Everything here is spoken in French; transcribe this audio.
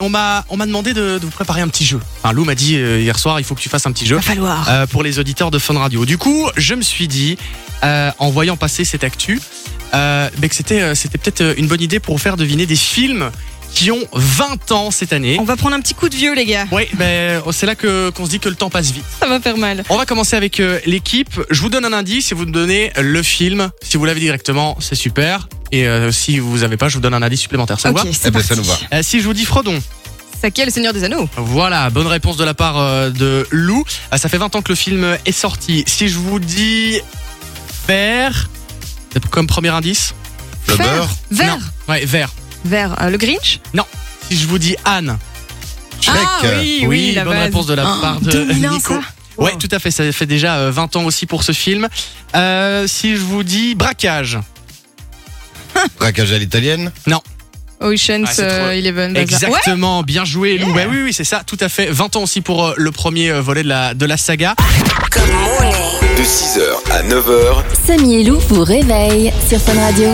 on m'a on m'a demandé de, de vous préparer un petit jeu. Enfin, Lou m'a dit euh, hier soir, il faut que tu fasses un petit jeu va falloir. euh, pour les auditeurs de Fun Radio. Du coup, je me suis dit, euh, en voyant passer cette actu, euh, ben que c'était euh, c'était peut-être euh, une bonne idée pour vous faire deviner des films qui ont 20 ans cette année. On va prendre un petit coup de vieux, les gars. Oui, ben, c'est là que qu'on se dit que le temps passe vite. Ça va faire mal. On va commencer avec euh, l'équipe. Je vous donne un indice et vous me donnez le film. Si vous l'avez directement, c'est super. Et euh, si vous avez pas, je vous donne un indice supplémentaire. Ça vous ok, va c'est Eh ben, parti. ça nous va. Euh, Si je vous dis Frodon, Sakia, le Seigneur des Anneaux. voilà, bonne réponse de la part euh, de Lou. Ah, Ça fait 20 ans que le film est sorti. Si je vous dis vert, c'est comme premier indice. Le Fer. beurre. Vert. Non. Ouais, vert. Vert. Euh, le Grinch. Si je vous dis Anne, Check. Ah oui, oui, la bonne base. réponse de la Ah, part de 2001, Nico. ça Ouais, Wow. tout à fait. Ça fait déjà euh, 20 ans aussi pour ce film. Euh, si je vous dis braquage. Braquage euh, à l'italienne. Ocean's Ah, c'est trop- euh, Eleven. bazar. Ouais, Exactement, bien joué Lou. Ouais, oui, oui, c'est ça, tout à fait. 20 ans aussi pour euh, le premier euh, volet de la, de la saga. De 6h à 9h, Samy et Lou vous réveille sur Fun Radio.